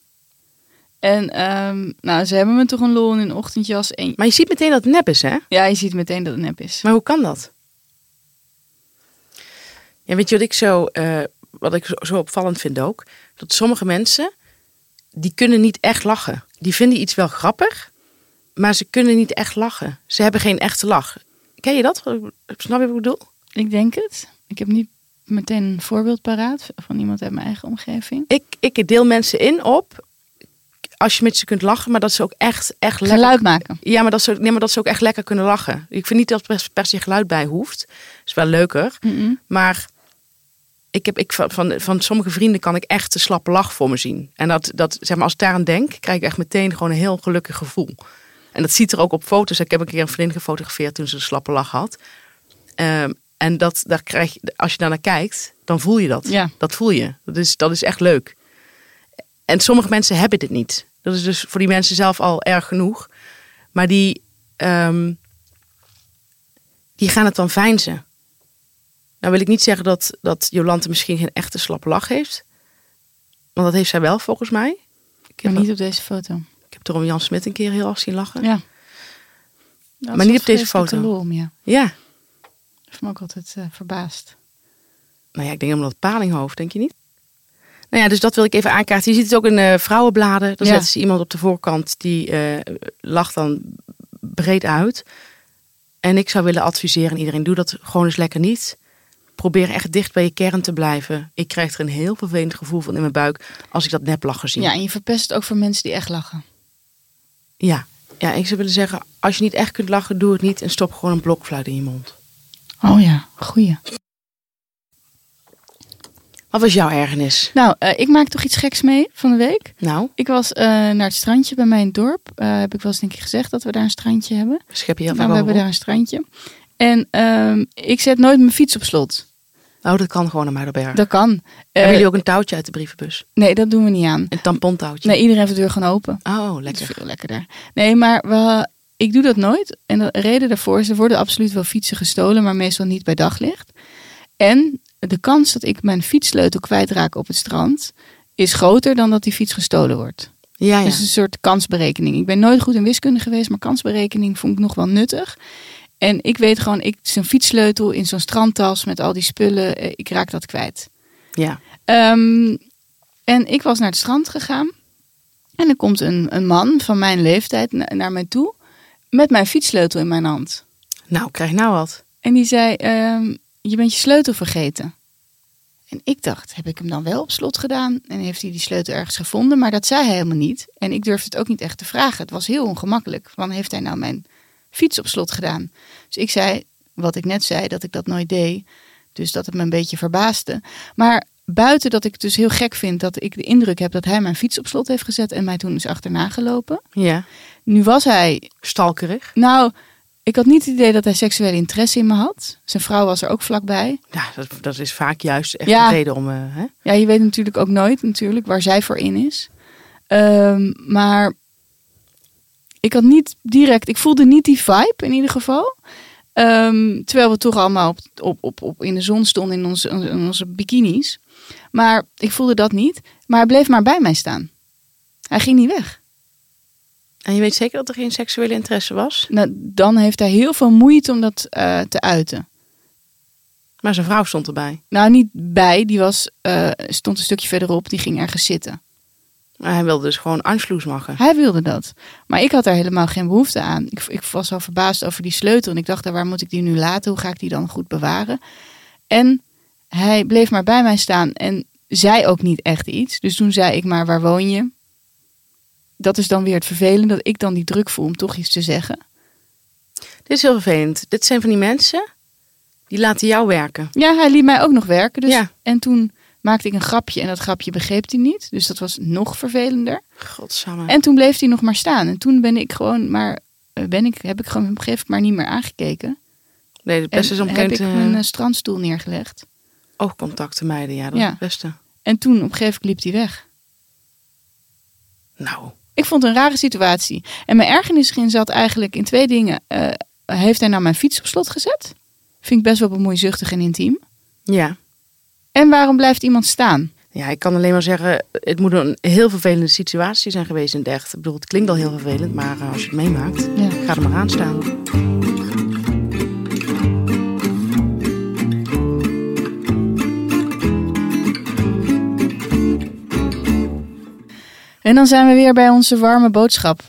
[SPEAKER 3] En ehm, nou, ze hebben me toch een lol in een ochtendjas. En
[SPEAKER 1] Maar je ziet meteen dat het nep is, hè?
[SPEAKER 3] ja, je ziet meteen dat het nep is.
[SPEAKER 1] Maar hoe kan dat? Ja, weet je wat ik zo, eh, wat ik zo, zo opvallend vind ook? Dat sommige mensen, die kunnen niet echt lachen. Die vinden iets wel grappig, maar ze kunnen niet echt lachen. Ze hebben geen echte lach. Ken je dat? Snap je wat ik bedoel?
[SPEAKER 3] Ik denk het. Ik heb niet meteen een voorbeeld paraat van iemand uit mijn eigen omgeving.
[SPEAKER 1] Ik, ik deel mensen in op, als je met ze kunt lachen, maar dat ze ook echt, echt lekker
[SPEAKER 3] Geluid maken.
[SPEAKER 1] Ja, maar dat ze, nee, maar dat ze ook echt lekker kunnen lachen. Ik vind niet dat er per se geluid bij hoeft. Is wel leuker.
[SPEAKER 3] Mm-mm.
[SPEAKER 1] Maar ik heb, ik, van- van, van sommige vrienden kan ik echt de slappe lach voor me zien. En dat, dat, zeg maar, als ik daaraan denk, krijg ik echt meteen gewoon een heel gelukkig gevoel. En dat ziet er ook op foto's. Ik heb een keer een vriendin gefotografeerd toen ze een slappe lach had. Ehm, en dat, daar krijg je, als je daarnaar kijkt, dan voel je dat.
[SPEAKER 3] Ja.
[SPEAKER 1] Dat voel je. Dat is, dat is echt leuk. En sommige mensen hebben dit niet. Dat is dus voor die mensen zelf al erg genoeg. Maar die, ehm, die gaan het dan veinzen. Nou wil ik niet zeggen dat, dat Jolante misschien geen echte slappe lach heeft. Want dat heeft zij wel volgens mij. Ik heb,
[SPEAKER 3] Maar niet op deze foto.
[SPEAKER 1] ik heb er om Jan Smit een keer heel af zien lachen. Ja.
[SPEAKER 3] Ja.
[SPEAKER 1] Maar niet op deze foto.
[SPEAKER 3] De lol om, ja. Dat heeft me ook altijd eh, verbaasd.
[SPEAKER 1] Nou ja, ik denk omdat Palinghoofd, denk je niet? Nou ja, dus dat wil ik even aankaarten. Je ziet het ook in eh, vrouwenbladen. Dan
[SPEAKER 3] Ja.
[SPEAKER 1] zetten ze iemand op de voorkant die eh, lacht dan breed uit. En ik zou willen adviseren aan iedereen, doe dat gewoon eens lekker niet. Probeer echt dicht bij je kern te blijven. Ik krijg er een heel vervelend gevoel van in mijn buik als ik dat neplachen zie.
[SPEAKER 3] Ja, en je verpest het ook voor mensen die echt lachen.
[SPEAKER 1] ja. Ja, ik zou willen zeggen, als je niet echt kunt lachen, doe het niet. En stop gewoon een blokfluit in je mond.
[SPEAKER 3] Oh ja, goeie.
[SPEAKER 1] Wat was jouw ergernis?
[SPEAKER 3] Nou, eh, ik maak toch iets geks mee van de week.
[SPEAKER 1] Nou,
[SPEAKER 3] Ik was eh, naar het strandje bij mij in het dorp. Eh, heb ik wel eens denk ik gezegd dat we daar een strandje hebben.
[SPEAKER 1] schep je heel
[SPEAKER 3] Nou,
[SPEAKER 1] vaak
[SPEAKER 3] we
[SPEAKER 1] over
[SPEAKER 3] hebben
[SPEAKER 1] op.
[SPEAKER 3] daar een strandje. En ehm, ik zet nooit mijn fiets op slot.
[SPEAKER 1] Oh, dat kan gewoon naar Muiderberg.
[SPEAKER 3] Dat kan. Eh,
[SPEAKER 1] Hebben jullie ook een touwtje uit de brievenbus?
[SPEAKER 3] Nee, dat doen we niet aan.
[SPEAKER 1] Een tampontouwtje?
[SPEAKER 3] Nee, iedereen heeft de deur gewoon open.
[SPEAKER 1] Oh,
[SPEAKER 3] Dat is
[SPEAKER 1] lekker.
[SPEAKER 3] veel lekkerder. Nee, maar we, ik doe dat nooit. En de reden daarvoor is, er worden absoluut wel fietsen gestolen, maar meestal niet bij daglicht. En de kans dat ik mijn fietssleutel kwijtraak op het strand, is groter dan dat die fiets gestolen wordt.
[SPEAKER 1] Ja, ja.
[SPEAKER 3] Dus een soort kansberekening. Ik ben nooit goed in wiskunde geweest, maar kansberekening vond ik nog wel nuttig. En ik weet gewoon, ik zo'n fietssleutel in zo'n strandtas met al die spullen, eh, ik raak dat kwijt.
[SPEAKER 1] ja.
[SPEAKER 3] Ehm, en ik was naar het strand gegaan. En er komt een, een man van mijn leeftijd na- naar mij toe. Met mijn fietssleutel in mijn hand.
[SPEAKER 1] Nou, krijg nou wat.
[SPEAKER 3] En die zei: ehm, Je bent je sleutel vergeten. En ik dacht: Heb ik hem dan wel op slot gedaan? En heeft hij die sleutel ergens gevonden? Maar dat zei hij helemaal niet. En ik durfde het ook niet echt te vragen. Het was heel ongemakkelijk. Van heeft hij nou mijn fiets op slot gedaan? Dus ik zei: Wat ik net zei, dat ik dat nooit deed. Dus dat het me een beetje verbaasde. Maar buiten dat ik het dus heel gek vind dat ik de indruk heb dat hij mijn fiets op slot heeft gezet en mij toen is achterna gelopen.
[SPEAKER 1] Ja.
[SPEAKER 3] Nu was hij.
[SPEAKER 1] Stalkerig.
[SPEAKER 3] Nou, ik had niet het idee dat hij seksuele interesse in me had. Zijn vrouw was er ook vlakbij.
[SPEAKER 1] Ja, Nou, dat, dat is vaak juist echt
[SPEAKER 3] Ja.
[SPEAKER 1] een reden om... eh, hè?
[SPEAKER 3] Ja, je weet natuurlijk ook nooit natuurlijk waar zij voor in is. Ehm, maar ik had niet direct, ik voelde niet die vibe in ieder geval. Ehm, terwijl we toch allemaal op, op, op, op in de zon stonden in onze, in onze bikinis. Maar ik voelde dat niet. Maar hij bleef maar bij mij staan. Hij ging niet weg.
[SPEAKER 1] En je weet zeker dat er geen seksuele interesse was.
[SPEAKER 3] Nou, dan heeft hij heel veel moeite om dat eh, te uiten.
[SPEAKER 1] Maar zijn vrouw stond erbij.
[SPEAKER 3] Nou, niet bij. Die was, eh, stond een stukje verderop. Die ging ergens zitten.
[SPEAKER 1] Maar hij wilde dus gewoon Anschluss maken.
[SPEAKER 3] Hij wilde dat. Maar ik had daar helemaal geen behoefte aan. Ik, ik was al verbaasd over die sleutel. En ik dacht, "Nou, waar moet ik die nu laten? Hoe ga ik die dan goed bewaren? En hij bleef maar bij mij staan en zei ook niet echt iets. Dus toen zei ik maar, waar woon je? Dat is dan weer het vervelende, dat ik dan die druk voel om toch iets te zeggen.
[SPEAKER 1] Dit is heel vervelend. Dit zijn van die mensen die laten jou werken.
[SPEAKER 3] Ja, hij liet mij ook nog werken. Dus,
[SPEAKER 1] Ja.
[SPEAKER 3] En toen maakte ik een grapje en dat grapje begreep hij niet. Dus dat was nog vervelender.
[SPEAKER 1] Godsamme.
[SPEAKER 3] En toen bleef hij nog maar staan. En toen ben ik gewoon maar, eh, ben ik, heb ik gewoon op een gegeven moment maar niet meer aangekeken.
[SPEAKER 1] nee, het beste is om
[SPEAKER 3] en heb ik
[SPEAKER 1] geen
[SPEAKER 3] mijn
[SPEAKER 1] eh,
[SPEAKER 3] eh, strandstoel neergelegd.
[SPEAKER 1] oogcontact te mijden. Ja, dat
[SPEAKER 3] Ja.
[SPEAKER 1] is het beste.
[SPEAKER 3] En toen op een gegeven moment liep hij weg.
[SPEAKER 1] Nou,
[SPEAKER 3] Ik vond het een rare situatie. En mijn ergernis erin zat eigenlijk in twee dingen. Eh, heeft hij nou mijn fiets op slot gezet? Vind ik best wel bemoeizuchtig en intiem.
[SPEAKER 1] ja.
[SPEAKER 3] En waarom blijft iemand staan?
[SPEAKER 1] Ja, ik kan alleen maar zeggen, het moet een heel vervelende situatie zijn geweest in het echt. Ik bedoel, het klinkt al heel vervelend, maar eh, als je het meemaakt,
[SPEAKER 3] Ja.
[SPEAKER 1] ga er maar aan staan.
[SPEAKER 3] En dan zijn we weer bij onze warme boodschap.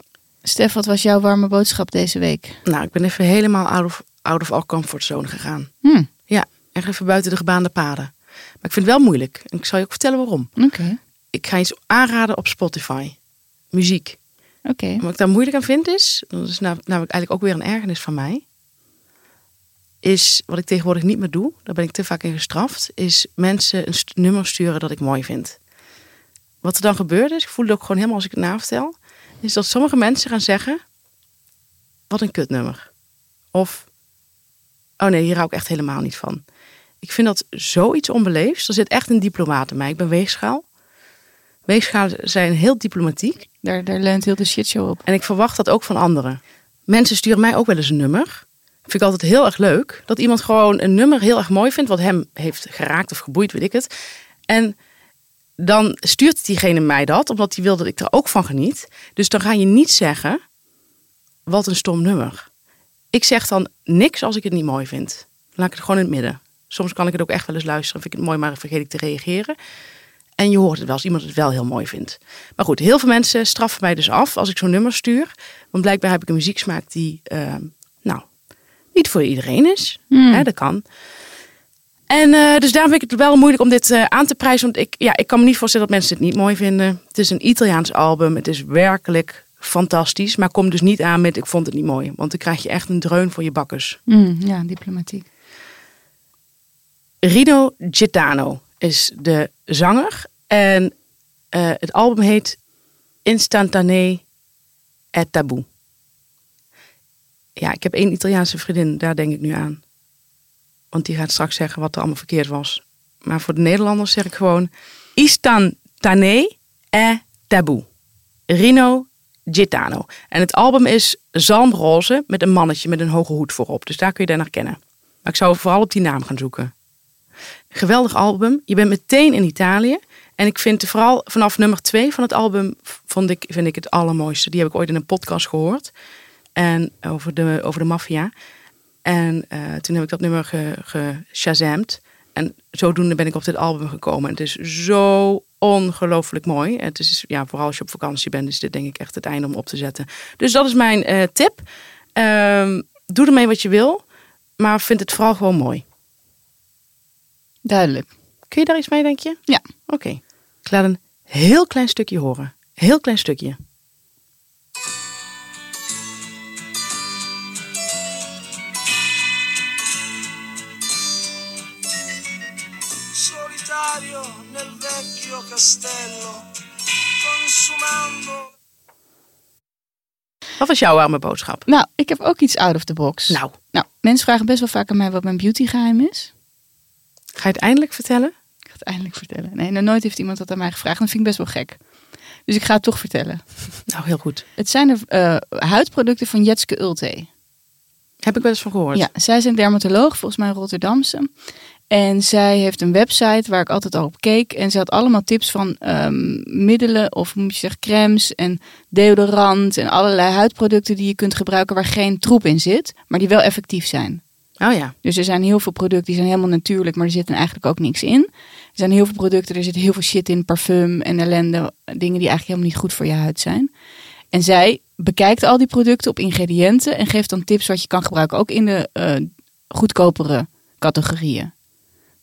[SPEAKER 3] Stef, wat was jouw warme boodschap deze week?
[SPEAKER 1] Nou, ik ben even helemaal out of, out of all comfort zone gegaan.
[SPEAKER 3] Hm,
[SPEAKER 1] Ja, echt even buiten de gebaande paden. Maar ik vind het wel moeilijk. En ik zal je ook vertellen waarom.
[SPEAKER 3] oké.
[SPEAKER 1] Ik ga iets aanraden op Spotify. Muziek.
[SPEAKER 3] Oké.
[SPEAKER 1] En wat ik daar moeilijk aan vind is, dat is nam- namelijk eigenlijk ook weer een ergernis van mij, is wat ik tegenwoordig niet meer doe, daar ben ik te vaak in gestraft, is mensen een st- nummer sturen dat ik mooi vind. Wat er dan gebeurt is, ik voel het ook gewoon helemaal als ik het navertel, is dat sommige mensen gaan zeggen, wat een kutnummer. Of, oh nee, hier hou ik echt helemaal niet van. Ik vind dat zoiets onbeleefds. Er zit echt een diplomaat in mij. Ik ben weegschaal. Weegschalen zijn heel diplomatiek.
[SPEAKER 3] Daar, daar leunt heel de shitshow op.
[SPEAKER 1] En ik verwacht dat ook van anderen. Mensen sturen mij ook wel eens een nummer. Vind ik altijd heel erg leuk. Dat iemand gewoon een nummer heel erg mooi vindt. Wat hem heeft geraakt of geboeid, weet ik het. En dan stuurt diegene mij dat. Omdat hij wil dat ik er ook van geniet. Dus dan ga je niet zeggen. Wat een stom nummer. Ik zeg dan niks als ik het niet mooi vind. Laat ik het gewoon in het midden. Soms kan ik het ook echt wel eens luisteren. Vind ik het mooi, maar vergeet ik te reageren. En je hoort het wel als iemand het wel heel mooi vindt. Maar goed, heel veel mensen straffen mij dus af als ik zo'n nummer stuur. Want blijkbaar heb ik een muzieksmaak die, eh, nou, niet voor iedereen is. Hè, dat kan. En eh, dus daarom vind ik het wel moeilijk om dit eh, aan te prijzen. Want ik, ja, ik kan me niet voorstellen dat mensen het niet mooi vinden. Het is een Italiaans album. Het is werkelijk fantastisch. Maar kom dus niet aan met ik vond het niet mooi. Want dan krijg je echt een dreun voor je bakkers.
[SPEAKER 3] Hm, ja, diplomatiek.
[SPEAKER 1] Rino Gitano is de zanger. En eh, het album heet Instantanee et Taboe. Ja, ik heb één Italiaanse vriendin, daar denk ik nu aan. Want die gaat straks zeggen wat er allemaal verkeerd was. Maar voor de Nederlanders zeg ik gewoon... Istantanee et Taboe. Rino Gitano. En het album is zalmroze met een mannetje met een hoge hoed voorop. Dus daar kun je dan herkennen. Maar ik zou vooral op die naam gaan zoeken. Geweldig album. Je bent meteen in Italië. En ik vind vooral vanaf nummer twee van het album vond ik, vind ik het allermooiste. Die heb ik ooit in een podcast gehoord. En over de, over de maffia. En eh, toen heb ik dat nummer ge- geshazamd. En zodoende ben ik op dit album gekomen. Het is zo ongelooflijk mooi. Het is, ja, vooral als je op vakantie bent, is dit denk ik echt het einde om op te zetten. Dus dat is mijn eh, tip. Ehm, doe ermee wat je wil, maar vind het vooral gewoon mooi.
[SPEAKER 3] Duidelijk.
[SPEAKER 1] Kun je daar iets mee, denk je?
[SPEAKER 3] Ja.
[SPEAKER 1] Oké. Ik laat een heel klein stukje horen. Heel klein stukje.
[SPEAKER 6] solitario nel vecchio castello, consumando
[SPEAKER 1] Wat was jouw warme boodschap?
[SPEAKER 3] Nou, ik heb ook iets out of the box.
[SPEAKER 1] Nou,
[SPEAKER 3] Nou, mensen vragen best wel vaak aan mij wat mijn beautygeheim is.
[SPEAKER 1] ga je het eindelijk vertellen?
[SPEAKER 3] Ik ga het eindelijk vertellen. Nee, nog nooit heeft iemand dat aan mij gevraagd. Dat vind ik best wel gek. Dus ik ga het toch vertellen.
[SPEAKER 1] Nou, heel goed.
[SPEAKER 3] Het zijn de eh, huidproducten van Jetske Ulte.
[SPEAKER 1] Heb ik wel eens van gehoord.
[SPEAKER 3] Ja, zij is een dermatoloog, volgens mij een Rotterdamse. En zij heeft een website waar ik altijd al op keek. En ze had allemaal tips van ehm, middelen of hoe moet je zeggen crèmes en deodorant en allerlei huidproducten die je kunt gebruiken waar geen troep in zit, maar die wel effectief zijn.
[SPEAKER 1] Oh ja.
[SPEAKER 3] Dus er zijn heel veel producten die zijn helemaal natuurlijk, maar er zit dan eigenlijk ook niks in. Er zijn heel veel producten, er zit heel veel shit in, parfum en ellende, dingen die eigenlijk helemaal niet goed voor je huid zijn. En zij bekijkt al die producten op ingrediënten en geeft dan tips wat je kan gebruiken, ook in de eh, goedkopere categorieën.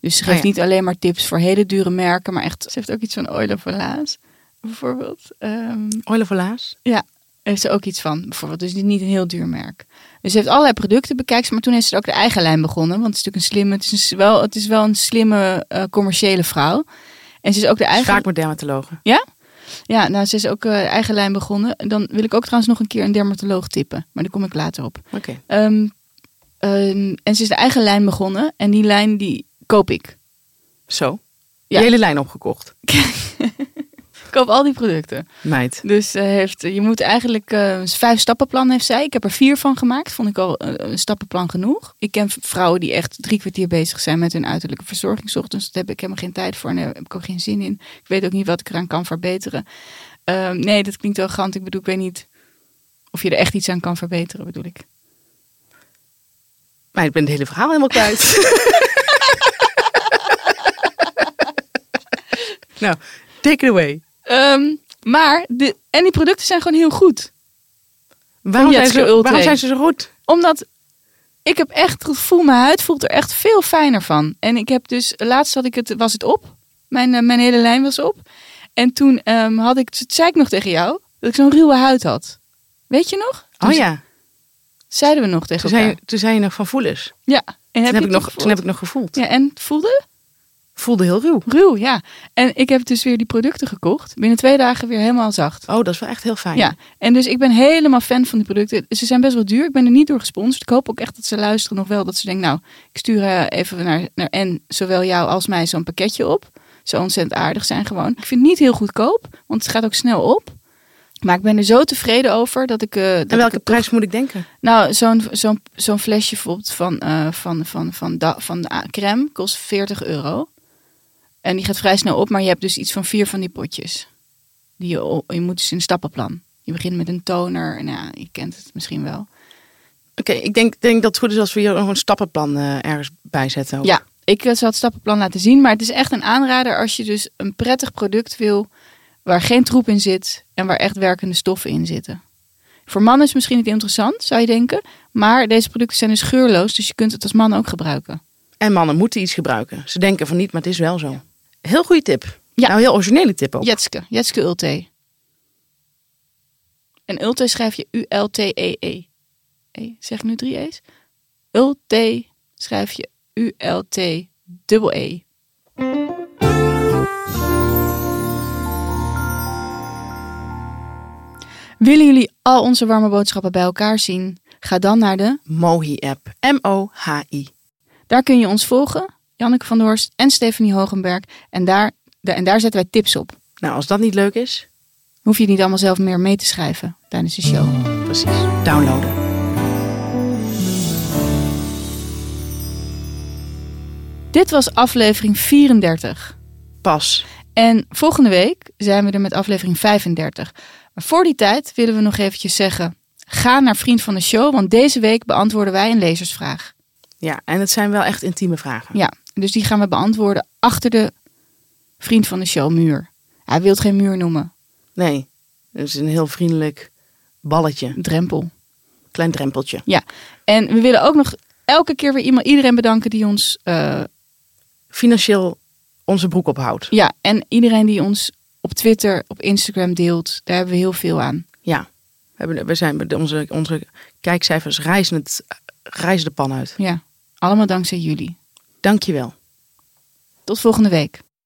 [SPEAKER 3] Dus ze
[SPEAKER 1] Ah
[SPEAKER 3] geeft
[SPEAKER 1] ja.
[SPEAKER 3] niet alleen maar tips voor hele dure merken, maar echt. Ze heeft ook iets van Oil of Laas, bijvoorbeeld. Ehm,
[SPEAKER 1] Oil of Laas.
[SPEAKER 3] ja, heeft ze ook iets van, bijvoorbeeld. Dus niet een heel duur merk. Dus ze heeft allerlei producten bekijkt, maar toen is ze ook de eigen lijn begonnen. Want het is natuurlijk een slimme, het is een- wel, het is wel een slimme eh, commerciële vrouw. En ze is ook de eigen...
[SPEAKER 1] Vaak met dermatologen.
[SPEAKER 3] Ja? Ja, nou, ze is ook eh, eigen lijn begonnen. Dan wil ik ook trouwens nog een keer een dermatoloog tippen. Maar daar kom ik later op.
[SPEAKER 1] Oké.
[SPEAKER 3] Ehm, ehm, en ze is de eigen lijn begonnen. En die lijn, die koop ik.
[SPEAKER 1] Zo.
[SPEAKER 3] Ja.
[SPEAKER 1] De hele lijn opgekocht.
[SPEAKER 3] Ik koop al die producten.
[SPEAKER 1] Meid.
[SPEAKER 3] Dus eh, heeft, je moet eigenlijk eh, een vijf stappenplan heeft zij. Ik heb er vier van gemaakt. Vond ik al eh, een stappenplan genoeg. Ik ken v- vrouwen die echt drie kwartier bezig zijn met hun uiterlijke verzorging. 's ochtends. Dat heb ik helemaal geen tijd voor en daar heb ik ook geen zin in. Ik weet ook niet wat ik eraan kan verbeteren. Eh, nee, dat klinkt arrogant. Ik bedoel, ik weet niet of je er echt iets aan kan verbeteren, bedoel ik.
[SPEAKER 1] Meid, ik ben het hele verhaal helemaal kwijt. nou, take it away.
[SPEAKER 3] Ehm, maar, de, en die producten zijn gewoon heel goed.
[SPEAKER 1] Waarom zijn,
[SPEAKER 3] Jetske
[SPEAKER 1] ze,
[SPEAKER 3] Ultra.
[SPEAKER 1] waarom zijn ze zo goed?
[SPEAKER 3] Omdat ik heb echt het gevoel, mijn huid voelt er echt veel fijner van. En ik heb dus, laatst had ik het, was het op. Mijn, eh, mijn hele lijn was op. En toen ehm, had ik, toen zei ik nog tegen jou, dat ik zo'n ruwe huid had. Weet je nog? Toen
[SPEAKER 1] Oh ja,
[SPEAKER 3] Zeiden we nog tegen
[SPEAKER 1] toen
[SPEAKER 3] elkaar.
[SPEAKER 1] zei, je- toen zei je nog van voelers.
[SPEAKER 3] Ja. En
[SPEAKER 1] Toen
[SPEAKER 3] heb,
[SPEAKER 1] heb,
[SPEAKER 3] je
[SPEAKER 1] ik
[SPEAKER 3] het
[SPEAKER 1] nog,
[SPEAKER 3] gevoeld?
[SPEAKER 1] toen heb ik nog gevoeld.
[SPEAKER 3] Ja, en het voelde?
[SPEAKER 1] Voelde heel ruw.
[SPEAKER 3] Ruw, ja. En ik heb dus weer die producten gekocht. Binnen twee dagen weer helemaal zacht.
[SPEAKER 1] Oh, dat is wel echt heel fijn.
[SPEAKER 3] Ja, en dus ik ben helemaal fan van die producten. Ze zijn best wel duur. Ik ben er niet door gesponsord. Ik hoop ook echt dat ze luisteren nog wel. Dat ze denken, nou, ik stuur eh, even naar, naar en zowel jou als mij zo'n pakketje op. Zo ontzettend aardig zijn gewoon. Ik vind het niet heel goedkoop, want het gaat ook snel op. Maar ik ben er zo tevreden over dat ik... eh, dat
[SPEAKER 1] En
[SPEAKER 3] ik
[SPEAKER 1] welke
[SPEAKER 3] het
[SPEAKER 1] prijs moet ik denken?
[SPEAKER 3] nou, zo'n zo'n zo'n flesje bijvoorbeeld van, eh, van, van, van, da- van de a- crème kost 40 euro. En die gaat vrij snel op, maar je hebt dus iets van vier van die potjes. Die je, o- je moet dus in een stappenplan. Je begint met een toner, en ja, je kent het misschien wel.
[SPEAKER 1] Oké, ik denk, denk dat het goed is als we hier nog een stappenplan eh, ergens bij zetten. ook.
[SPEAKER 3] Ja, ik eh, zal het stappenplan laten zien, maar het is echt een aanrader als je dus een prettig product wil waar geen troep in zit en waar echt werkende stoffen in zitten. Voor mannen is misschien niet interessant, zou je denken, maar deze producten zijn dus geurloos, dus je kunt het als man ook gebruiken.
[SPEAKER 1] En mannen moeten iets gebruiken. Ze denken van niet, maar het is wel zo. Heel goede tip.
[SPEAKER 3] Ja.
[SPEAKER 1] Nou, heel originele tip ook.
[SPEAKER 3] Jetske, Jetske Ulte. En Ulte schrijf je U-L-T-E-E. E, zeg nu drie E's. Ulte schrijf je U-L-T-E-E. Willen jullie al onze warme boodschappen bij elkaar zien? Ga dan naar de
[SPEAKER 1] Mohi-app. M-O-H-I.
[SPEAKER 3] daar kun je ons volgen, Janneke van der Horst en Stephanie Hogenberg. En daar, da- en daar zetten wij tips op.
[SPEAKER 1] Nou, als dat niet leuk is,
[SPEAKER 3] hoef je het niet allemaal zelf meer mee te schrijven tijdens de show.
[SPEAKER 1] precies, downloaden.
[SPEAKER 3] Dit was aflevering 34.
[SPEAKER 1] Pas.
[SPEAKER 3] En volgende week zijn we er met aflevering 35. Maar voor die tijd willen we nog eventjes zeggen... ga naar Vriend van de Show, want deze week beantwoorden wij een lezersvraag.
[SPEAKER 1] Ja, en het zijn wel echt intieme vragen.
[SPEAKER 3] Ja, dus die gaan we beantwoorden achter de Vriend van de Show muur. Hij wil het geen muur noemen,
[SPEAKER 1] Nee, het is een heel vriendelijk balletje.
[SPEAKER 3] een drempel.
[SPEAKER 1] Klein drempeltje.
[SPEAKER 3] Ja, en we willen ook nog elke keer weer iemand, iedereen bedanken die ons... eh,
[SPEAKER 1] Financieel onze broek ophoudt.
[SPEAKER 3] ja, en iedereen die ons op Twitter, op Instagram deelt. Daar hebben we heel veel aan.
[SPEAKER 1] Ja. We, hebben, we zijn met onze, onze kijkcijfers reizen, het, reizen de pan uit.
[SPEAKER 3] Ja, allemaal dankzij jullie.
[SPEAKER 1] Dankjewel.
[SPEAKER 3] Tot volgende week.